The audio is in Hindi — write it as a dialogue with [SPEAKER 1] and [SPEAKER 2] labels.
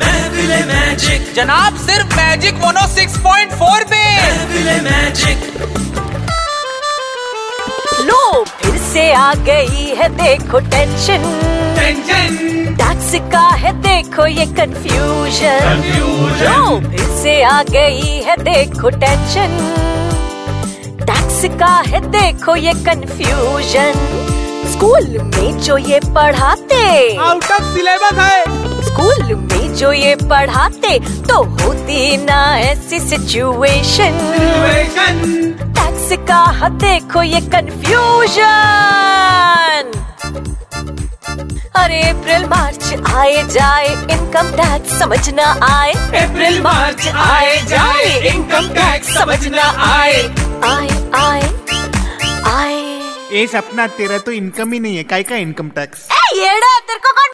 [SPEAKER 1] महफिले मैजिक
[SPEAKER 2] जनाब सिर्फ मैजिक मोनो 6.4 पे
[SPEAKER 1] महफिले मैजिक
[SPEAKER 3] लो फिर से आ गई है देखो टेंशन
[SPEAKER 1] टेंशन
[SPEAKER 3] टैक्स का है देखो ये कंफ्यूजन
[SPEAKER 1] कंफ्यूजन
[SPEAKER 3] लो फिर से आ गई है देखो टेंशन टैक्स का है देखो ये कंफ्यूजन स्कूल में जो ये पढ़ाते
[SPEAKER 2] आउट ऑफ सिलेबस है
[SPEAKER 3] स्कूल में जो ये पढ़ाते तो होती ना ऐसी सिचुएशन
[SPEAKER 1] सिचुएशन
[SPEAKER 3] टैक्स का है देखो ये कंफ्यूजन अरे अप्रैल मार्च आए जाए इनकम टैक्स समझ ना आए
[SPEAKER 1] अप्रैल मार्च आए जाए इनकम टैक्स समझ ना आए
[SPEAKER 3] आए आए आए
[SPEAKER 4] ए सपना तेरा तो इनकम ही नहीं है काय का इनकम टैक्स
[SPEAKER 3] ए, येड़ा तेरे को कौन